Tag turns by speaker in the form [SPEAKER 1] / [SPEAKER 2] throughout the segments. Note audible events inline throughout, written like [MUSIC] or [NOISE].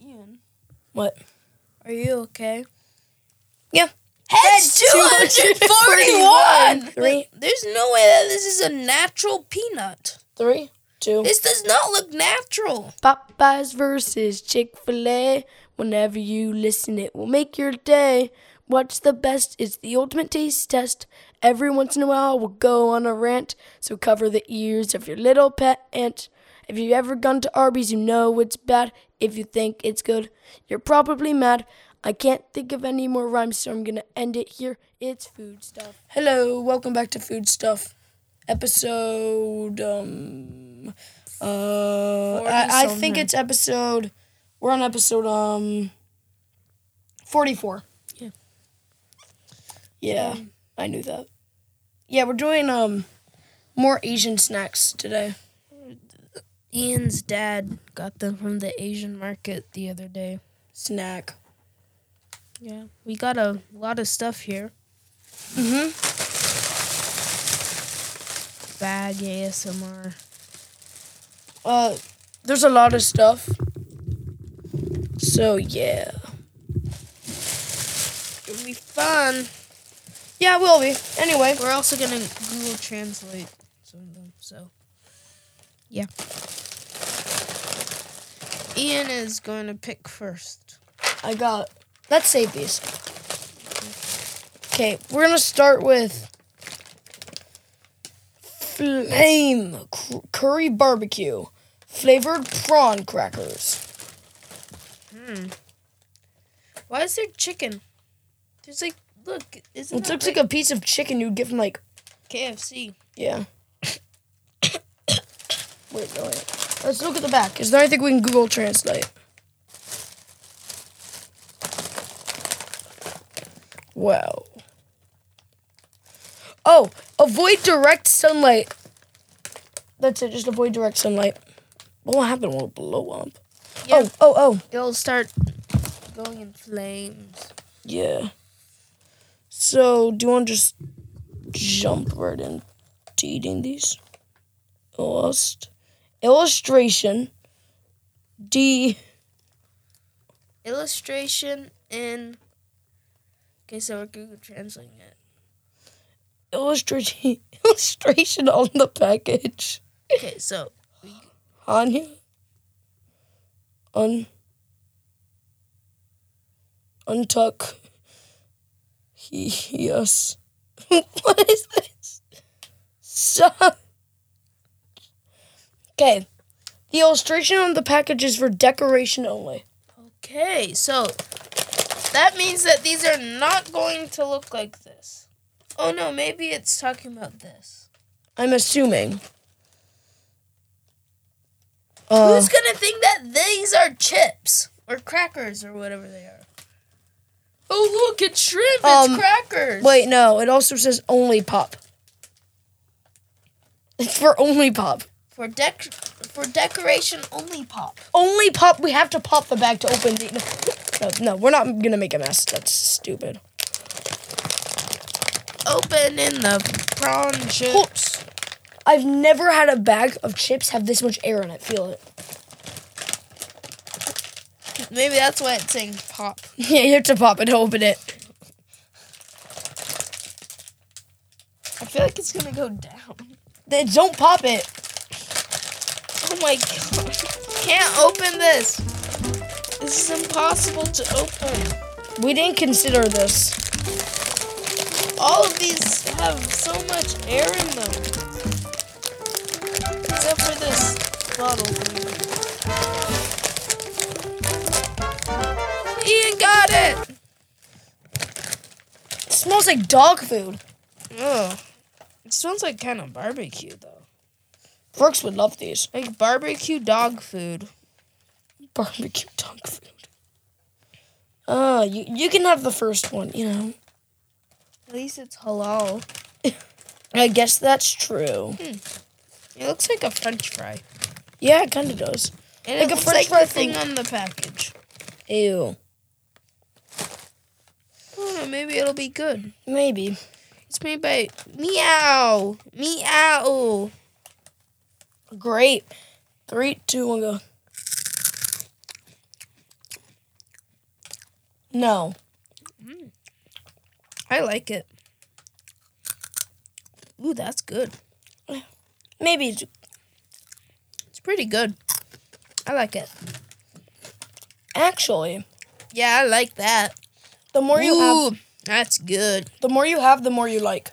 [SPEAKER 1] Ian,
[SPEAKER 2] What?
[SPEAKER 1] are you okay?
[SPEAKER 2] Yeah.
[SPEAKER 1] Heads 241!
[SPEAKER 2] 241. Three.
[SPEAKER 1] There's no way that this is a natural peanut.
[SPEAKER 2] Three, two.
[SPEAKER 1] This does not look natural.
[SPEAKER 2] Popeyes versus Chick fil A. Whenever you listen, it will make your day. What's the best? It's the ultimate taste test. Every once in a while, we'll go on a rant. So cover the ears of your little pet ant. If you've ever gone to Arby's, you know it's bad. If you think it's good, you're probably mad. I can't think of any more rhymes, so I'm gonna end it here. It's food stuff. Hello, welcome back to Food Stuff, episode um uh I, I think it's episode we're on episode um forty four.
[SPEAKER 1] Yeah. Um,
[SPEAKER 2] Yeah, I knew that. Yeah, we're doing um more Asian snacks today.
[SPEAKER 1] Ian's dad got them from the Asian market the other day.
[SPEAKER 2] Snack.
[SPEAKER 1] Yeah. We got a lot of stuff here.
[SPEAKER 2] Mm-hmm.
[SPEAKER 1] Bag ASMR.
[SPEAKER 2] Uh, there's a lot of stuff. So yeah,
[SPEAKER 1] It'll be fun.
[SPEAKER 2] yeah, it will be. Anyway,
[SPEAKER 1] We're also gonna Google Translate some of them. So, yeah. Ian is going to pick first.
[SPEAKER 2] I got. Let's save these. Okay, we're gonna start with flame cr- curry barbecue flavored prawn crackers.
[SPEAKER 1] Hmm. Why is there chicken? There's like, look, isn't
[SPEAKER 2] It
[SPEAKER 1] that
[SPEAKER 2] looks like a piece of chicken you'd get from like
[SPEAKER 1] KFC?
[SPEAKER 2] yeah. Wait, no. Wait. Let's look at the back. Is there anything we can Google Translate? Wow. Oh, avoid direct sunlight. That's it. Just avoid direct sunlight. What will happen? Will it blow up?
[SPEAKER 1] Yeah.
[SPEAKER 2] Oh, oh, oh.
[SPEAKER 1] It'll start going in flames.
[SPEAKER 2] Yeah. So, do you want to just jump right into eating these? Illust- illustration. D.
[SPEAKER 1] Illustration in. Okay, so we're Google translating it.
[SPEAKER 2] Illustration. [LAUGHS] illustration on the package.
[SPEAKER 1] Okay, so
[SPEAKER 2] Hanya. Un. Untuck. He. Yes. [LAUGHS] what is this? So. Okay. The illustration on the package is for decoration only.
[SPEAKER 1] Okay, so that means that these are not going to look like this. Oh no, maybe it's talking about this.
[SPEAKER 2] I'm assuming. Uh,
[SPEAKER 1] Who's gonna think that these are chips or crackers or whatever they are? Oh look, it's shrimp, it's
[SPEAKER 2] Um,
[SPEAKER 1] crackers.
[SPEAKER 2] wait, no. It also says only pop. [LAUGHS] It's for only pop.
[SPEAKER 1] for dec for decoration only pop.
[SPEAKER 2] only pop. We have to pop the bag to open the. No, no, we're not gonna make a mess. That's stupid.
[SPEAKER 1] Open in the prawn chips.
[SPEAKER 2] I've never had a bag of chips have this much air in it. Feel it.
[SPEAKER 1] Maybe that's why it's saying pop.
[SPEAKER 2] [LAUGHS] Yeah, you have to pop it to open it.
[SPEAKER 1] I feel like it's gonna go down.
[SPEAKER 2] They don't pop it.
[SPEAKER 1] Oh my god. Can't open this. This is impossible to open.
[SPEAKER 2] We didn't consider this.
[SPEAKER 1] All of these have so much air in them. Except for this bottle. Ian got it!
[SPEAKER 2] It smells like dog food.
[SPEAKER 1] Ugh. It smells like kind of barbecue, though.
[SPEAKER 2] Brooks would love these.
[SPEAKER 1] Like barbecue dog food.
[SPEAKER 2] Barbecue [LAUGHS] dog food. Uh, you you can have the first one. You know.
[SPEAKER 1] At least it's halal.
[SPEAKER 2] I guess that's true.
[SPEAKER 1] It looks like a french fry.
[SPEAKER 2] Yeah, it kind of does.
[SPEAKER 1] And
[SPEAKER 2] Like
[SPEAKER 1] it
[SPEAKER 2] a
[SPEAKER 1] looks
[SPEAKER 2] french
[SPEAKER 1] like
[SPEAKER 2] fry
[SPEAKER 1] the thing
[SPEAKER 2] thing.
[SPEAKER 1] on the package.
[SPEAKER 2] Ew.
[SPEAKER 1] I don't know, maybe it'll be good.
[SPEAKER 2] Maybe.
[SPEAKER 1] It's made by Meow! Meow!
[SPEAKER 2] Great. Three, two, one, go. No.
[SPEAKER 1] I like it. Ooh, that's good.
[SPEAKER 2] Maybe it's
[SPEAKER 1] It's pretty good. I like it.
[SPEAKER 2] actually
[SPEAKER 1] Yeah, I like that.
[SPEAKER 2] the more you have,
[SPEAKER 1] Ooh, that's good.
[SPEAKER 2] the more you have, the more you like.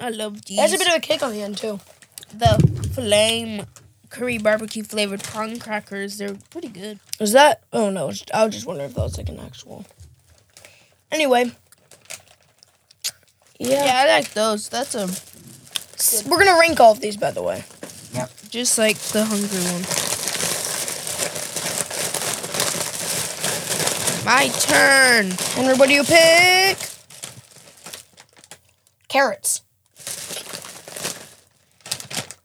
[SPEAKER 1] I love
[SPEAKER 2] It has
[SPEAKER 1] these.
[SPEAKER 2] a bit of a kick on the end too.
[SPEAKER 1] the flame curry barbecue flavored prawn crackers. They're pretty good.
[SPEAKER 2] Is that? Oh no! it's- I was just wondering if that was like an actual. Anyway. Yeah.
[SPEAKER 1] Yeah, I like those. That's a
[SPEAKER 2] S- We're gonna rank all of these, by the way.
[SPEAKER 1] just like the hungry one. My turn.
[SPEAKER 2] Henry, what do you pick? Carrots.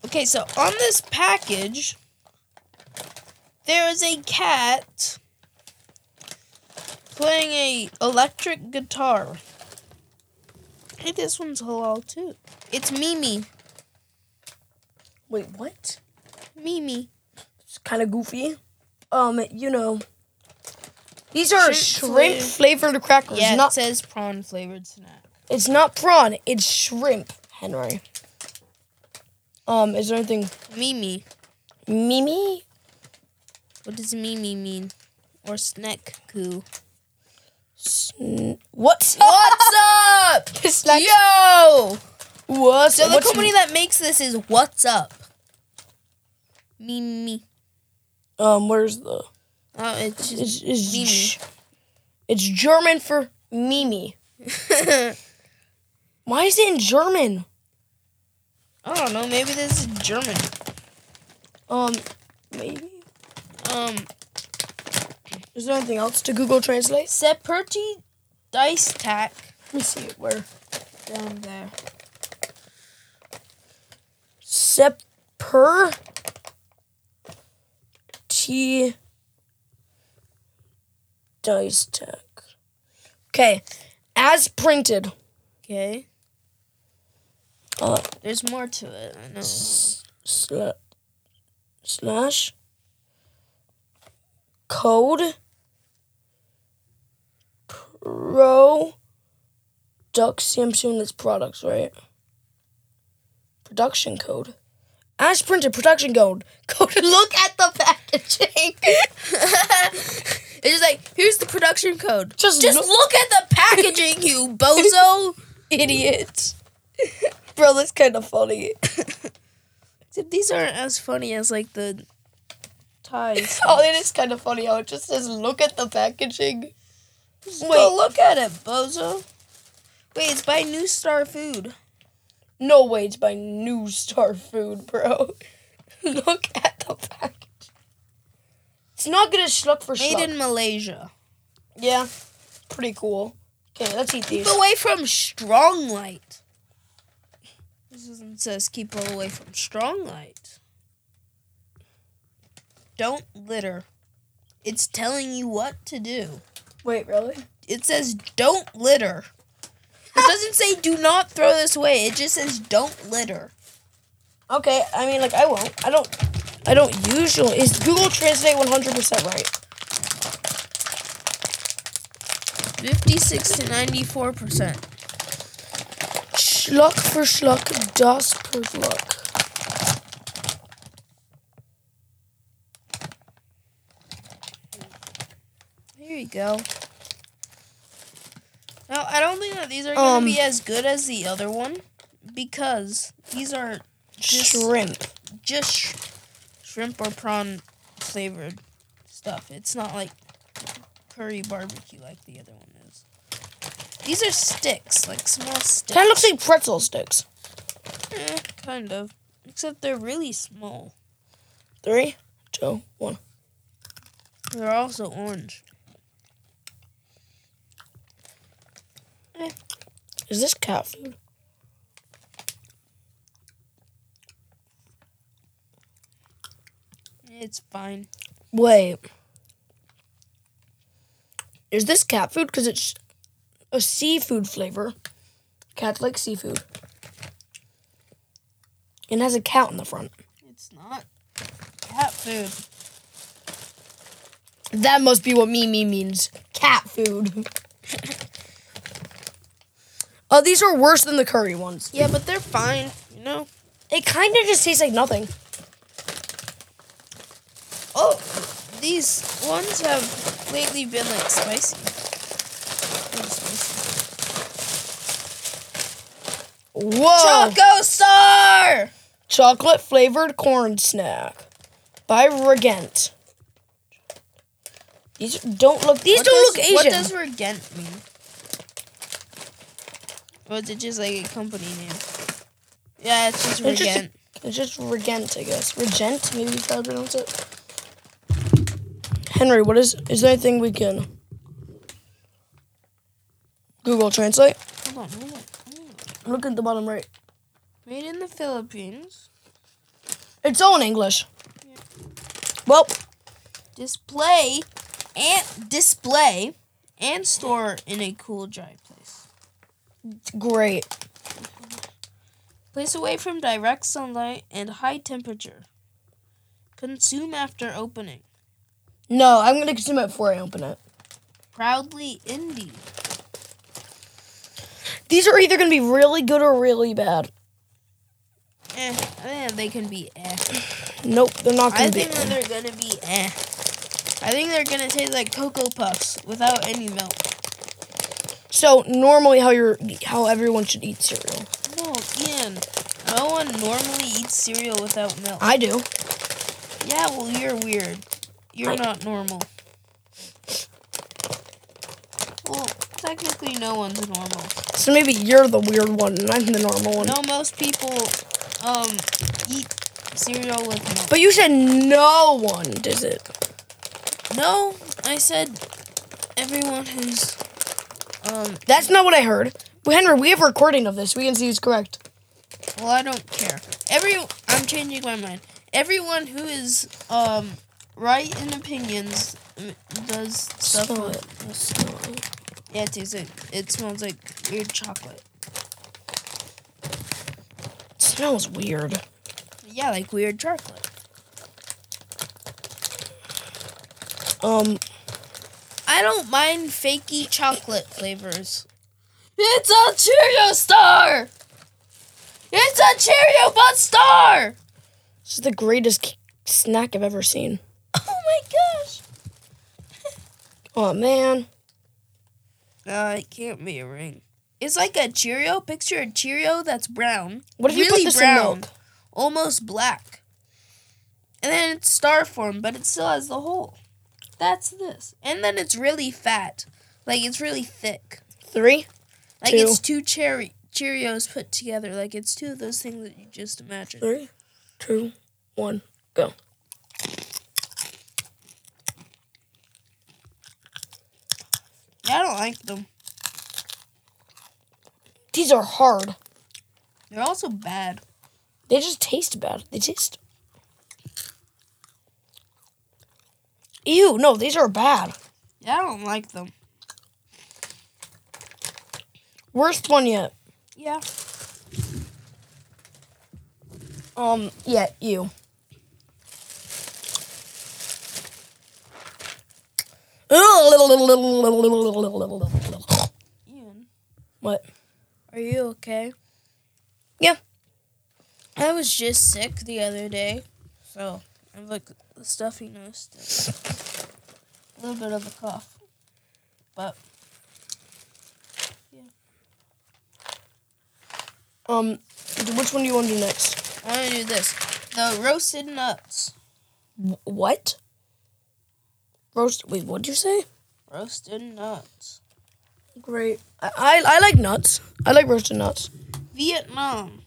[SPEAKER 1] Okay, so on this package, there is a cat playing a electric guitar. Hey, this one's halal too. It's Mimi.
[SPEAKER 2] Wait, what?
[SPEAKER 1] Mimi.
[SPEAKER 2] It's kind of goofy. Um, you know. These are
[SPEAKER 1] Shrimp
[SPEAKER 2] shrimp flavored crackers.
[SPEAKER 1] Yeah, it
[SPEAKER 2] not
[SPEAKER 1] says prawn flavored snack.
[SPEAKER 2] it's not prawn. It's shrimp, Henry. Um, is there anything
[SPEAKER 1] Mimi.
[SPEAKER 2] Mimi?
[SPEAKER 1] What does Mimi mean? Or snack coo.
[SPEAKER 2] Sn-
[SPEAKER 1] [LAUGHS]
[SPEAKER 2] What's what's [LAUGHS] up? It's like
[SPEAKER 1] Yo!
[SPEAKER 2] what's
[SPEAKER 1] So the
[SPEAKER 2] what's-
[SPEAKER 1] company that makes this is What's Up. Mimi.
[SPEAKER 2] Um, where's the?
[SPEAKER 1] Oh, it's
[SPEAKER 2] It's,
[SPEAKER 1] just
[SPEAKER 2] it's,
[SPEAKER 1] Mimi.
[SPEAKER 2] it's German for Mimi. [LAUGHS] Why is it in German?
[SPEAKER 1] I don't know. Maybe this is German.
[SPEAKER 2] Um, maybe.
[SPEAKER 1] Um,
[SPEAKER 2] Is there anything else to Google Translate?
[SPEAKER 1] Seperti dice tack
[SPEAKER 2] Let me see it. Where?
[SPEAKER 1] down there.
[SPEAKER 2] Seper. T. Dice tech. Okay, as printed.
[SPEAKER 1] Okay.
[SPEAKER 2] Uh,
[SPEAKER 1] There's more to it. I know. [LAUGHS]
[SPEAKER 2] sla- slash code pro ducks I'm assuming that's products, right? Production code. As printed, production code. [LAUGHS] Code. Look at the packaging. [LAUGHS]
[SPEAKER 1] it's just like here's the production code.
[SPEAKER 2] Just
[SPEAKER 1] Just
[SPEAKER 2] look-
[SPEAKER 1] look at the packaging, [LAUGHS] you bozo.
[SPEAKER 2] Idiot. Bro, that's kind of funny.
[SPEAKER 1] Dude, these aren't as funny as like the ties.
[SPEAKER 2] [LAUGHS] Oh, it is kind of funny how it just says, look at the packaging.
[SPEAKER 1] Just
[SPEAKER 2] wait.
[SPEAKER 1] Go look at it, bozo. Wait, it's by New Star Food.
[SPEAKER 2] No way it's by New Star Food, bro. [LAUGHS] Look at the package. It's not gonna schluck for
[SPEAKER 1] Made
[SPEAKER 2] schluck.
[SPEAKER 1] in Malaysia.
[SPEAKER 2] yeah, pretty cool. Okay, let's eat these.
[SPEAKER 1] Keep away from strong light. This one says keep away from strong light. Don't litter. It's telling you what to do.
[SPEAKER 2] Wait, really?
[SPEAKER 1] It says don't litter. It doesn't say do not throw this away. It just says don't litter.
[SPEAKER 2] Okay, I mean, like I won't. I don't. I don't usually. Is Google Translate one hundred percent right?
[SPEAKER 1] 56 to 94%.
[SPEAKER 2] Schluck for schluck, das per schluck.
[SPEAKER 1] There you go. Now, I don't think that these are going
[SPEAKER 2] Um,
[SPEAKER 1] to be as good as the other one because these are Just-
[SPEAKER 2] Shrimp.
[SPEAKER 1] just sh- shrimp or prawn flavored stuff. It's not like curry barbecue like the other one is. These are sticks, like small sticks.
[SPEAKER 2] Kind of looks like pretzel sticks.
[SPEAKER 1] Eh, kind of. Except they're really small.
[SPEAKER 2] Three, two, one.
[SPEAKER 1] They're also orange.
[SPEAKER 2] Is this cat food?
[SPEAKER 1] It's fine.
[SPEAKER 2] Wait. Is this cat food? Because it's a seafood flavor. Cats like seafood. It has a cat in the front.
[SPEAKER 1] It's not. Cat food.
[SPEAKER 2] That must be what Mimi means. Cat food. [LAUGHS] Oh, these are worse than the curry ones.
[SPEAKER 1] Yeah, but they're fine, you know?
[SPEAKER 2] It kind of just tastes like nothing.
[SPEAKER 1] Oh, these ones have lately been like spicy. They're spicy.
[SPEAKER 2] Whoa!
[SPEAKER 1] Choco Star!
[SPEAKER 2] Chocolate flavored corn snack by Regent. These don't look. These
[SPEAKER 1] What
[SPEAKER 2] don't
[SPEAKER 1] does-
[SPEAKER 2] look
[SPEAKER 1] What
[SPEAKER 2] Asian.
[SPEAKER 1] does Regent mean? Or is it just like a company name? Yeah, it's just
[SPEAKER 2] It's just
[SPEAKER 1] Regent.
[SPEAKER 2] It's just Regent, I guess. Regent, maybe that's how to pronounce it. Henry, what is is there anything we can Google Translate?
[SPEAKER 1] Hold on, hold on, hold on.
[SPEAKER 2] Look at the bottom right.
[SPEAKER 1] Made in the Philippines.
[SPEAKER 2] It's all in English. Well,
[SPEAKER 1] Display and display and store in a cool, dry place.
[SPEAKER 2] it's great.
[SPEAKER 1] Place away from direct sunlight and high temperature. Consume after opening.
[SPEAKER 2] No, I'm gonna consume it before I open it.
[SPEAKER 1] Proudly indie.
[SPEAKER 2] These are either gonna be really good or really bad.
[SPEAKER 1] Eh, I think they can be eh.
[SPEAKER 2] Nope, they're not gonna
[SPEAKER 1] I
[SPEAKER 2] be.
[SPEAKER 1] think that they're gonna be eh. I think they're gonna taste like cocoa puffs without any milk.
[SPEAKER 2] So normally, how you're how everyone should eat cereal.
[SPEAKER 1] No, Ian. No one normally eats cereal without milk.
[SPEAKER 2] I do.
[SPEAKER 1] Yeah, well, you're weird. You're not normal. Well, technically, no one's normal.
[SPEAKER 2] So maybe you're the weird one and I'm the normal one.
[SPEAKER 1] No, most people um eat cereal with milk.
[SPEAKER 2] But you said no one does it.
[SPEAKER 1] No, I said everyone who's um.
[SPEAKER 2] That's not what I heard. Well, Henry, we have a recording of this. We can see who's correct.
[SPEAKER 1] Well, I don't care. Every I'm changing my mind. Everyone who is um right in opinions mm, does stuff.
[SPEAKER 2] Smell
[SPEAKER 1] with- Yeah, it tastes like it smells like weird chocolate.
[SPEAKER 2] It smells weird.
[SPEAKER 1] Yeah, like weird chocolate.
[SPEAKER 2] Um,
[SPEAKER 1] I don't mind fakey chocolate flavors. It's a Cheerio star. It's a Cheerio butt star. [LAUGHS]
[SPEAKER 2] this is the greatest c- snack I've ever seen.
[SPEAKER 1] Oh my gosh.
[SPEAKER 2] Oh man,
[SPEAKER 1] Uh, it can't be a ring. It's like a Cheerio. Picture a Cheerio that's brown.
[SPEAKER 2] What if you put this in milk?
[SPEAKER 1] Almost black. And then it's star form, but it still has the hole. That's this. And then it's really fat. Like it's really thick.
[SPEAKER 2] three.
[SPEAKER 1] Like
[SPEAKER 2] Two.
[SPEAKER 1] it's two cherry Cheerios put together. Like it's two of those things that you just imagined.
[SPEAKER 2] Three, two, one, go.
[SPEAKER 1] Yeah, I don't like them.
[SPEAKER 2] These are hard.
[SPEAKER 1] They're also bad.
[SPEAKER 2] They just taste bad. They taste. Ew, no, these are bad.
[SPEAKER 1] Yeah, I don't like them.
[SPEAKER 2] Worst one yet.
[SPEAKER 1] Yeah.
[SPEAKER 2] Um, yeah, ew.
[SPEAKER 1] Ian,
[SPEAKER 2] What?
[SPEAKER 1] are you okay?
[SPEAKER 2] Yeah.
[SPEAKER 1] I was just sick the other day, so I have like a stuffy nose, still. a little bit of a cough, but
[SPEAKER 2] Um, which one do you want to do next?
[SPEAKER 1] I want to do this. The roasted nuts,
[SPEAKER 2] Wh- What? Roast. Wait, what'd you say?
[SPEAKER 1] roasted nuts,
[SPEAKER 2] Great. I, I, I like nuts. I like roasted nuts.
[SPEAKER 1] Vietnam,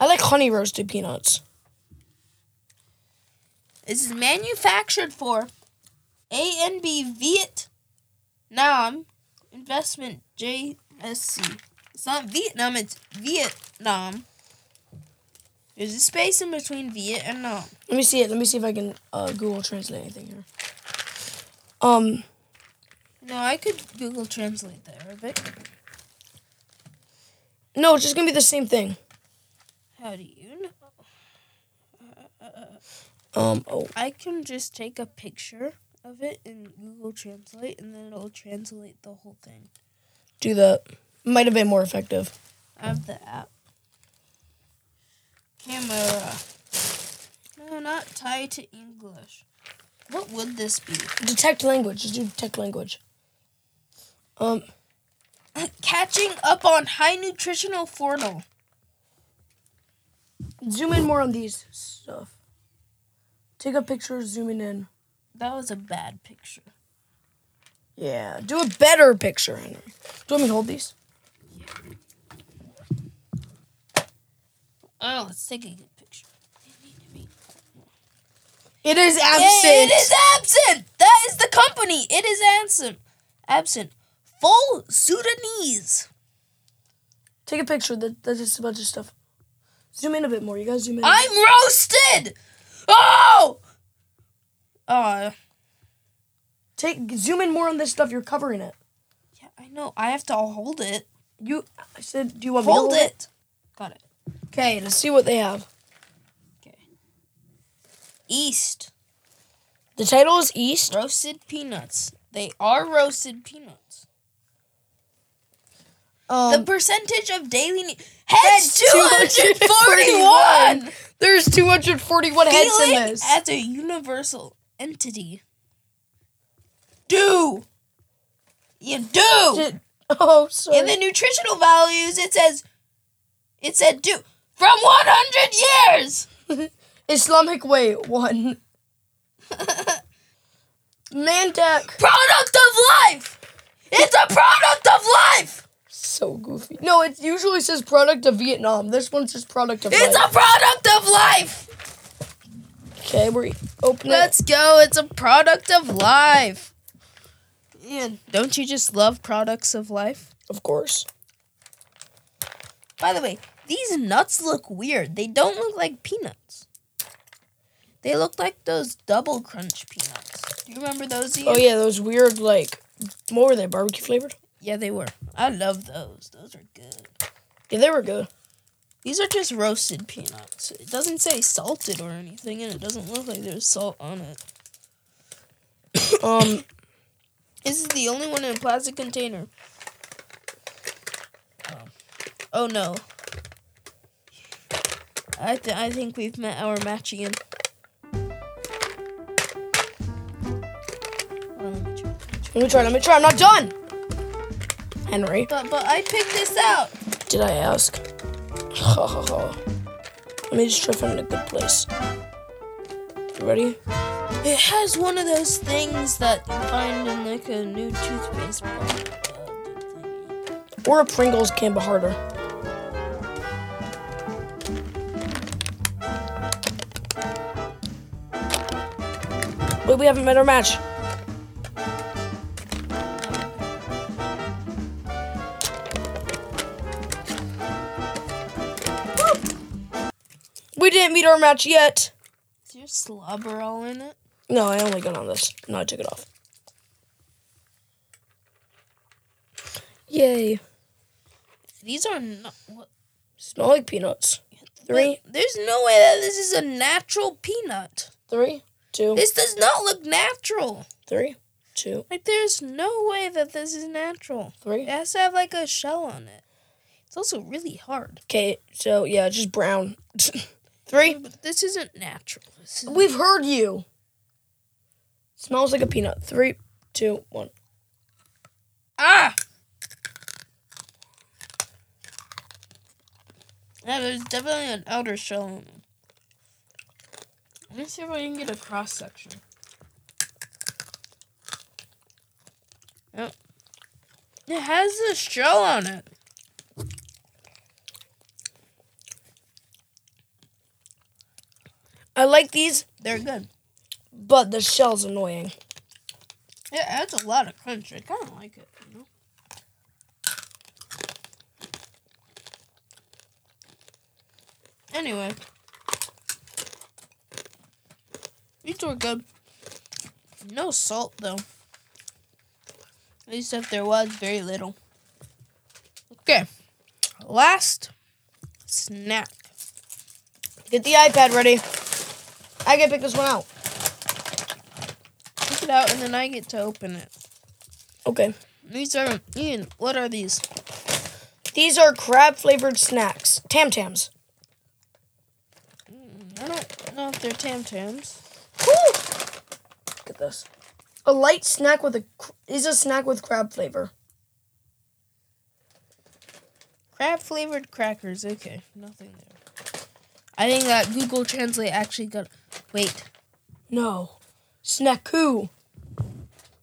[SPEAKER 2] I like honey roasted peanuts.
[SPEAKER 1] This is manufactured for ANB Vietnam Investment JSC. It's not Vietnam, it's Vietnam. There's a space in between Viet and Nam.
[SPEAKER 2] Let me see it. Let me see if I can uh, Google translate anything here. Um,
[SPEAKER 1] No, I could Google Translate the Arabic.
[SPEAKER 2] no, it's just gonna be the same thing.
[SPEAKER 1] How do you know?
[SPEAKER 2] Um. Oh.
[SPEAKER 1] I can just take a picture of it in Google Translate, and then it'll translate the whole thing.
[SPEAKER 2] Do that. Might have been more effective.
[SPEAKER 1] I have the app. Camera. No, not Thai to English. What would this be? [CLEARS THROAT]
[SPEAKER 2] Detect language. Just do detect language. Um.
[SPEAKER 1] Catching up on high nutritional formal.
[SPEAKER 2] Zoom in more on these stuff. Take a picture. Zooming in.
[SPEAKER 1] That was a bad picture.
[SPEAKER 2] Yeah. Do a better picture. Henry. Do you want me to hold these?
[SPEAKER 1] Oh, let's take a good picture.
[SPEAKER 2] It is absent.
[SPEAKER 1] Hey, it is absent. That is the company. It is absent. Absent. Full Sudanese.
[SPEAKER 2] Take a picture. That, that's just a bunch of stuff. Zoom in a bit more. You guys zoom in.
[SPEAKER 1] I'm roasted. Oh. Uh,
[SPEAKER 2] Take zoom in more on this stuff. You're covering it.
[SPEAKER 1] yeah, I know. I have to hold it.
[SPEAKER 2] You. I said. Do you want
[SPEAKER 1] Hold
[SPEAKER 2] me to hold
[SPEAKER 1] it. Got it.
[SPEAKER 2] Okay. Let's see what they have.
[SPEAKER 1] East.
[SPEAKER 2] The title is East.
[SPEAKER 1] Roasted peanuts. They are roasted peanuts.
[SPEAKER 2] Um,
[SPEAKER 1] the percentage of daily ne- heads 241.
[SPEAKER 2] There's 241 heads in
[SPEAKER 1] Feeling
[SPEAKER 2] this.
[SPEAKER 1] as a universal entity. Do. You do.
[SPEAKER 2] Shit. Oh, sorry.
[SPEAKER 1] In the nutritional values, it says, it said do. From 100 years.
[SPEAKER 2] Islamic way one. Mandak.
[SPEAKER 1] Product of life. It's a product of life.
[SPEAKER 2] So goofy. No, it usually says product of Vietnam. This one's just product of.
[SPEAKER 1] It's a
[SPEAKER 2] life.
[SPEAKER 1] product of life.
[SPEAKER 2] okay. We're opening.
[SPEAKER 1] Let's go. It's a product of life. And don't you just love products of life?
[SPEAKER 2] it. Of course.
[SPEAKER 1] By the way, these nuts look weird. They don't look like peanuts. They look like those double crunch peanuts. Do you remember those? Ian?
[SPEAKER 2] Oh yeah, those weird like. What were they? Barbecue flavored?
[SPEAKER 1] Yeah, they were. I love those. Those are good.
[SPEAKER 2] Yeah, they were good.
[SPEAKER 1] These are just roasted peanuts. It doesn't say salted or anything, and it doesn't look like there's salt on it.
[SPEAKER 2] Um.
[SPEAKER 1] This is the only one in a plastic container. Oh, no. I, th- I think we've met our match again. Well, let me try.
[SPEAKER 2] Let me try. Let me try. I'm not done. Henry,
[SPEAKER 1] But, but I picked this out.
[SPEAKER 2] did I ask? [LAUGHS] Let me just try finding a good place. You ready?
[SPEAKER 1] It has one of those things that you find in like a new toothpaste product. uh, thingy.
[SPEAKER 2] Or a Pringles can be harder. Wait, we haven't met our match. We didn't meet our match yet.
[SPEAKER 1] Is your slobber all in it?
[SPEAKER 2] No, I only got on this. No, I took it off. Yay.
[SPEAKER 1] These are not. What,
[SPEAKER 2] Smell like peanuts. Three,
[SPEAKER 1] Wait, There's no way that this is a natural peanut.
[SPEAKER 2] three, two,
[SPEAKER 1] This does not look natural.
[SPEAKER 2] three, two,
[SPEAKER 1] Like there's no way that this is natural. It
[SPEAKER 2] three.
[SPEAKER 1] has to have like a shell on it. It's also really hard.
[SPEAKER 2] Okay, so yeah, just brown. [LAUGHS] three.
[SPEAKER 1] But this isn't natural. This is
[SPEAKER 2] We've heard you. Smells like a peanut. Three, two, one.
[SPEAKER 1] ah. Yeah, there's definitely an outer shell on it. Let me see if I can get a cross section. Yep. It has a shell on it.
[SPEAKER 2] I like these,
[SPEAKER 1] They're good.
[SPEAKER 2] but the shell's annoying.
[SPEAKER 1] It adds a lot of crunch. I kind of like it. You know? Anyway, these were good. No salt though. At least if there was, very little. Okay, last snack.
[SPEAKER 2] Get the iPad ready. I gotta pick this one out.
[SPEAKER 1] Pick it out, and then I get to open it.
[SPEAKER 2] Okay.
[SPEAKER 1] These are Ian. What are these?
[SPEAKER 2] These are crab flavored snacks. Tam Tams.
[SPEAKER 1] I don't know if they're Tam Tams.
[SPEAKER 2] Look at this. A light snack with a cr- is a snack with crab flavor.
[SPEAKER 1] Crab flavored crackers. Okay, nothing there. I think that Google Translate actually got. Wait,
[SPEAKER 2] No. Snacku.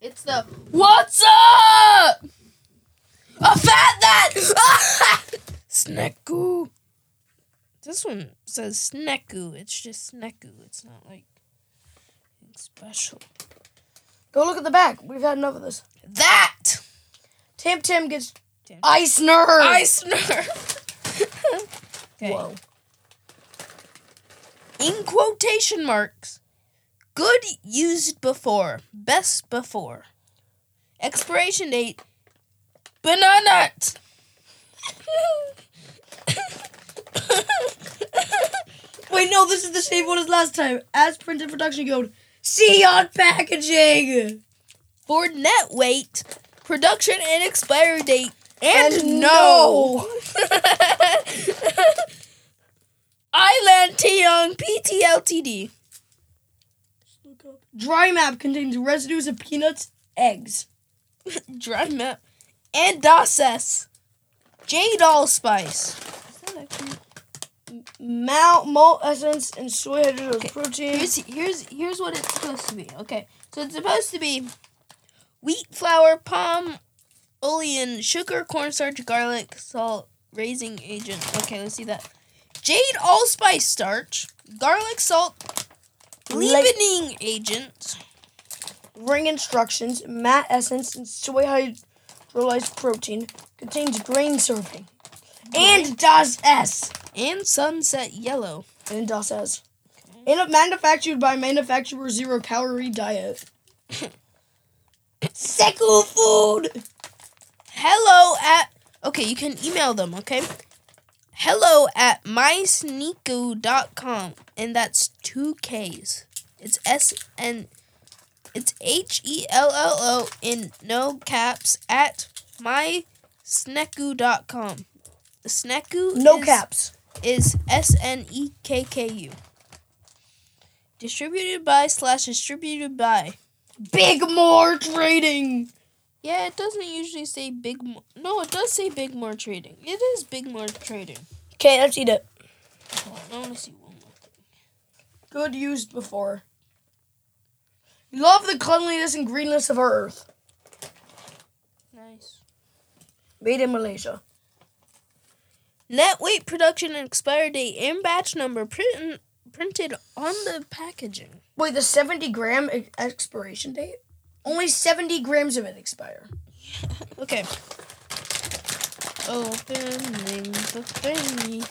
[SPEAKER 1] it's the what's up? A fat that. [LAUGHS]
[SPEAKER 2] Snacku.
[SPEAKER 1] this one says sneku. It's just sneku. It's not like anything special.
[SPEAKER 2] Go look at the back. We've had enough of this.
[SPEAKER 1] That
[SPEAKER 2] Tam Tam gets
[SPEAKER 1] Tam-
[SPEAKER 2] ice nerve.
[SPEAKER 1] ice nerve. [LAUGHS] okay.
[SPEAKER 2] Whoa.
[SPEAKER 1] in quotation marks. Good used before, best before. Expiration date, banana. [LAUGHS]
[SPEAKER 2] Wait, no, this is the same one as last time. As printed production code. See on packaging.
[SPEAKER 1] For net weight, production and expiry date, and,
[SPEAKER 2] And
[SPEAKER 1] no. [LAUGHS] Island Tiong PT Ltd.
[SPEAKER 2] Dry map contains residues of peanuts, eggs.
[SPEAKER 1] [LAUGHS] Dry map. And Dosses. Jade Allspice. Is that actually
[SPEAKER 2] Malt, malt essence, and soy hydrogen protein.
[SPEAKER 1] Here's here's here's what it's supposed to be. Okay, so it's supposed to be wheat flour, palm olein, sugar, cornstarch, garlic, salt, raising agent. Okay, let's see that. Jade allspice starch, garlic salt,
[SPEAKER 2] Like-
[SPEAKER 1] leavening agent.
[SPEAKER 2] Ring instructions. Mat essence and soy hydrolyzed protein contains grain serving. And DOS S.
[SPEAKER 1] And sunset yellow.
[SPEAKER 2] And DOS S. And manufactured by manufacturer zero calorie diet.
[SPEAKER 1] Seku food. Hello at okay. You can email them. Okay. Hello at mysneaku.com and that's two K's. It's S N. It's H E L L O in no caps at mysneku.com. Sneku
[SPEAKER 2] No
[SPEAKER 1] is,
[SPEAKER 2] caps.
[SPEAKER 1] is S N E K K U. Distributed by slash distributed by.
[SPEAKER 2] Big more trading.
[SPEAKER 1] Yeah, it doesn't usually say Big More. No, it does say Big More Trading. It is Big More Trading.
[SPEAKER 2] Okay, let's eat it.
[SPEAKER 1] Hold on, I want to see one more.
[SPEAKER 2] Good used before. Love the cleanliness and greenness of our earth.
[SPEAKER 1] Nice.
[SPEAKER 2] Made in Malaysia.
[SPEAKER 1] Net weight production and expire date and batch number print, printed on the packaging.
[SPEAKER 2] Wait, the 70 gram ex- expiration date? Only 70 grams of it expire.
[SPEAKER 1] Okay. Opening the thingy.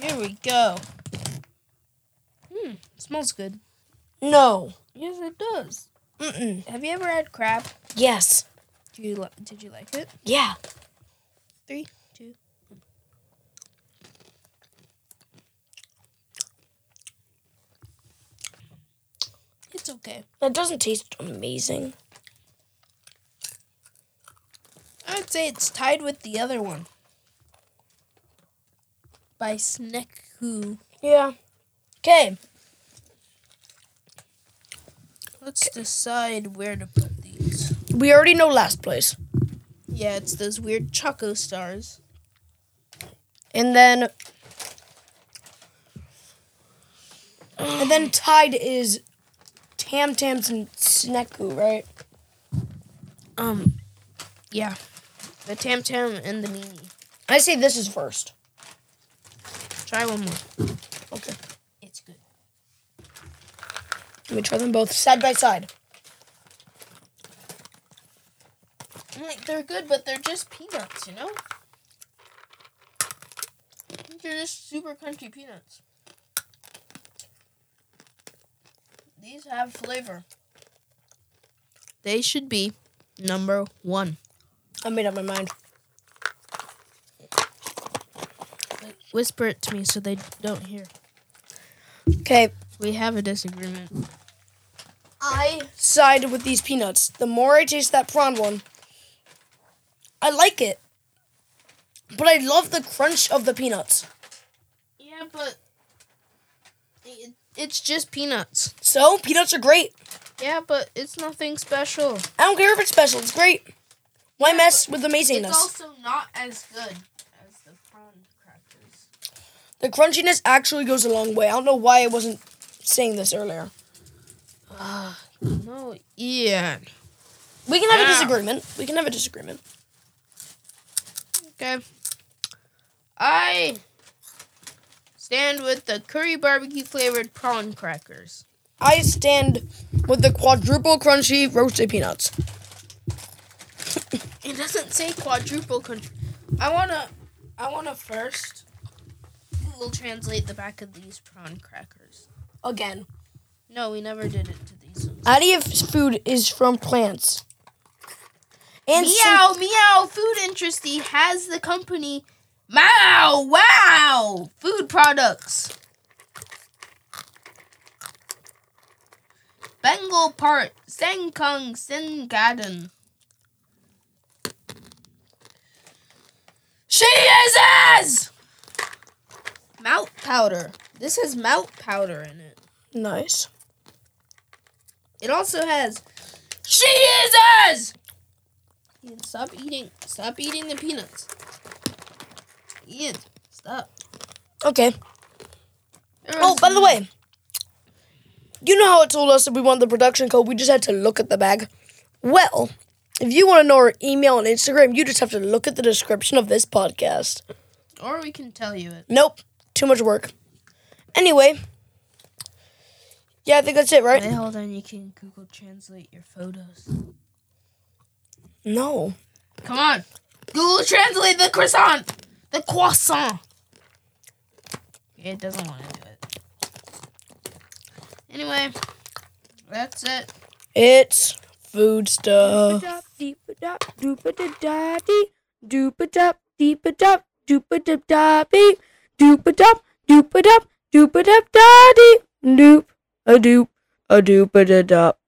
[SPEAKER 1] Here we go. Hmm, smells good.
[SPEAKER 2] No.
[SPEAKER 1] Yes, it does.
[SPEAKER 2] Mm-mm.
[SPEAKER 1] Have you ever had crab?
[SPEAKER 2] Yes.
[SPEAKER 1] Do you li- did you like it?
[SPEAKER 2] Yeah.
[SPEAKER 1] Three, two. one. It's okay.
[SPEAKER 2] That doesn't taste amazing.
[SPEAKER 1] I'd say it's tied with the other one. By Sneku.
[SPEAKER 2] Yeah. Okay.
[SPEAKER 1] Let's decide where to put these.
[SPEAKER 2] We already know last place.
[SPEAKER 1] Yeah, it's those weird Choco Stars.
[SPEAKER 2] And then. And then tied is Tam Tams and Sneku, right?
[SPEAKER 1] Um, yeah. The Tam Tam and the Meanie.
[SPEAKER 2] I say this is first.
[SPEAKER 1] Try one more.
[SPEAKER 2] Okay.
[SPEAKER 1] It's good.
[SPEAKER 2] Let me try them both side by side.
[SPEAKER 1] I'm like, they're good, but they're just peanuts, you know? They're just super crunchy peanuts. These have flavor. They should be number one.
[SPEAKER 2] I made up my mind.
[SPEAKER 1] whisper it to me so they don't hear.
[SPEAKER 2] Okay,
[SPEAKER 1] We have a disagreement.
[SPEAKER 2] I side with these peanuts. The more I taste that prawn one, I like it. But I love the crunch of the peanuts.
[SPEAKER 1] Yeah, but it, it's just peanuts.
[SPEAKER 2] So, peanuts are great.
[SPEAKER 1] Yeah, but it's nothing special.
[SPEAKER 2] I don't care if it's special, it's great. Why mess with amazingness?
[SPEAKER 1] not as good as the prawn crackers.
[SPEAKER 2] the crunchiness actually goes a long way. I don't know why I wasn't saying this earlier.
[SPEAKER 1] No, yeah.
[SPEAKER 2] We can have a
[SPEAKER 1] Yeah.
[SPEAKER 2] disagreement. We can have a disagreement.
[SPEAKER 1] Okay. I stand with the curry barbecue flavored prawn crackers.
[SPEAKER 2] I stand with the quadruple crunchy roasted peanuts.
[SPEAKER 1] It doesn't say quadruple country. I wanna, I wanna first. We'll translate the back of these prawn crackers.
[SPEAKER 2] Again,
[SPEAKER 1] No, we never did it to these. Ones.
[SPEAKER 2] additive food is from plants. And
[SPEAKER 1] meow, meow. Food Interesty has the company. Meow, wow. Food products. Bengal Park, Sengkang, Singaden.
[SPEAKER 2] She is as
[SPEAKER 1] Malt powder. This has malt powder in it.
[SPEAKER 2] nice.
[SPEAKER 1] It also has
[SPEAKER 2] She is as
[SPEAKER 1] Ian, stop eating. Stop eating the peanuts. Ian, stop.
[SPEAKER 2] okay.
[SPEAKER 1] There
[SPEAKER 2] Oh,
[SPEAKER 1] was
[SPEAKER 2] by the
[SPEAKER 1] some-
[SPEAKER 2] way, you know how it told us that we want the production code. We just had to look at the bag. Well, if you want to know our email and Instagram, you just have to look at the description of this podcast.
[SPEAKER 1] Or we can tell you it.
[SPEAKER 2] Nope, too much work. Anyway, yeah, I think that's it, right?
[SPEAKER 1] Wait, hold on. You can Google Translate your photos.
[SPEAKER 2] No.
[SPEAKER 1] Come on. Google Translate the croissant. The croissant. It doesn't want to do it. Anyway, that's it.
[SPEAKER 2] It's food stuff.
[SPEAKER 3] Doop-a-dop, deep-a-dop, doop-a-da-da-dee, doop-a-dop, deep-a-dop, doop-a-dop-dop-ee, doop-a-dop, doop-a-dop, doop-a-dop-da-dee, doop, a doop, a doop-a-da-dop.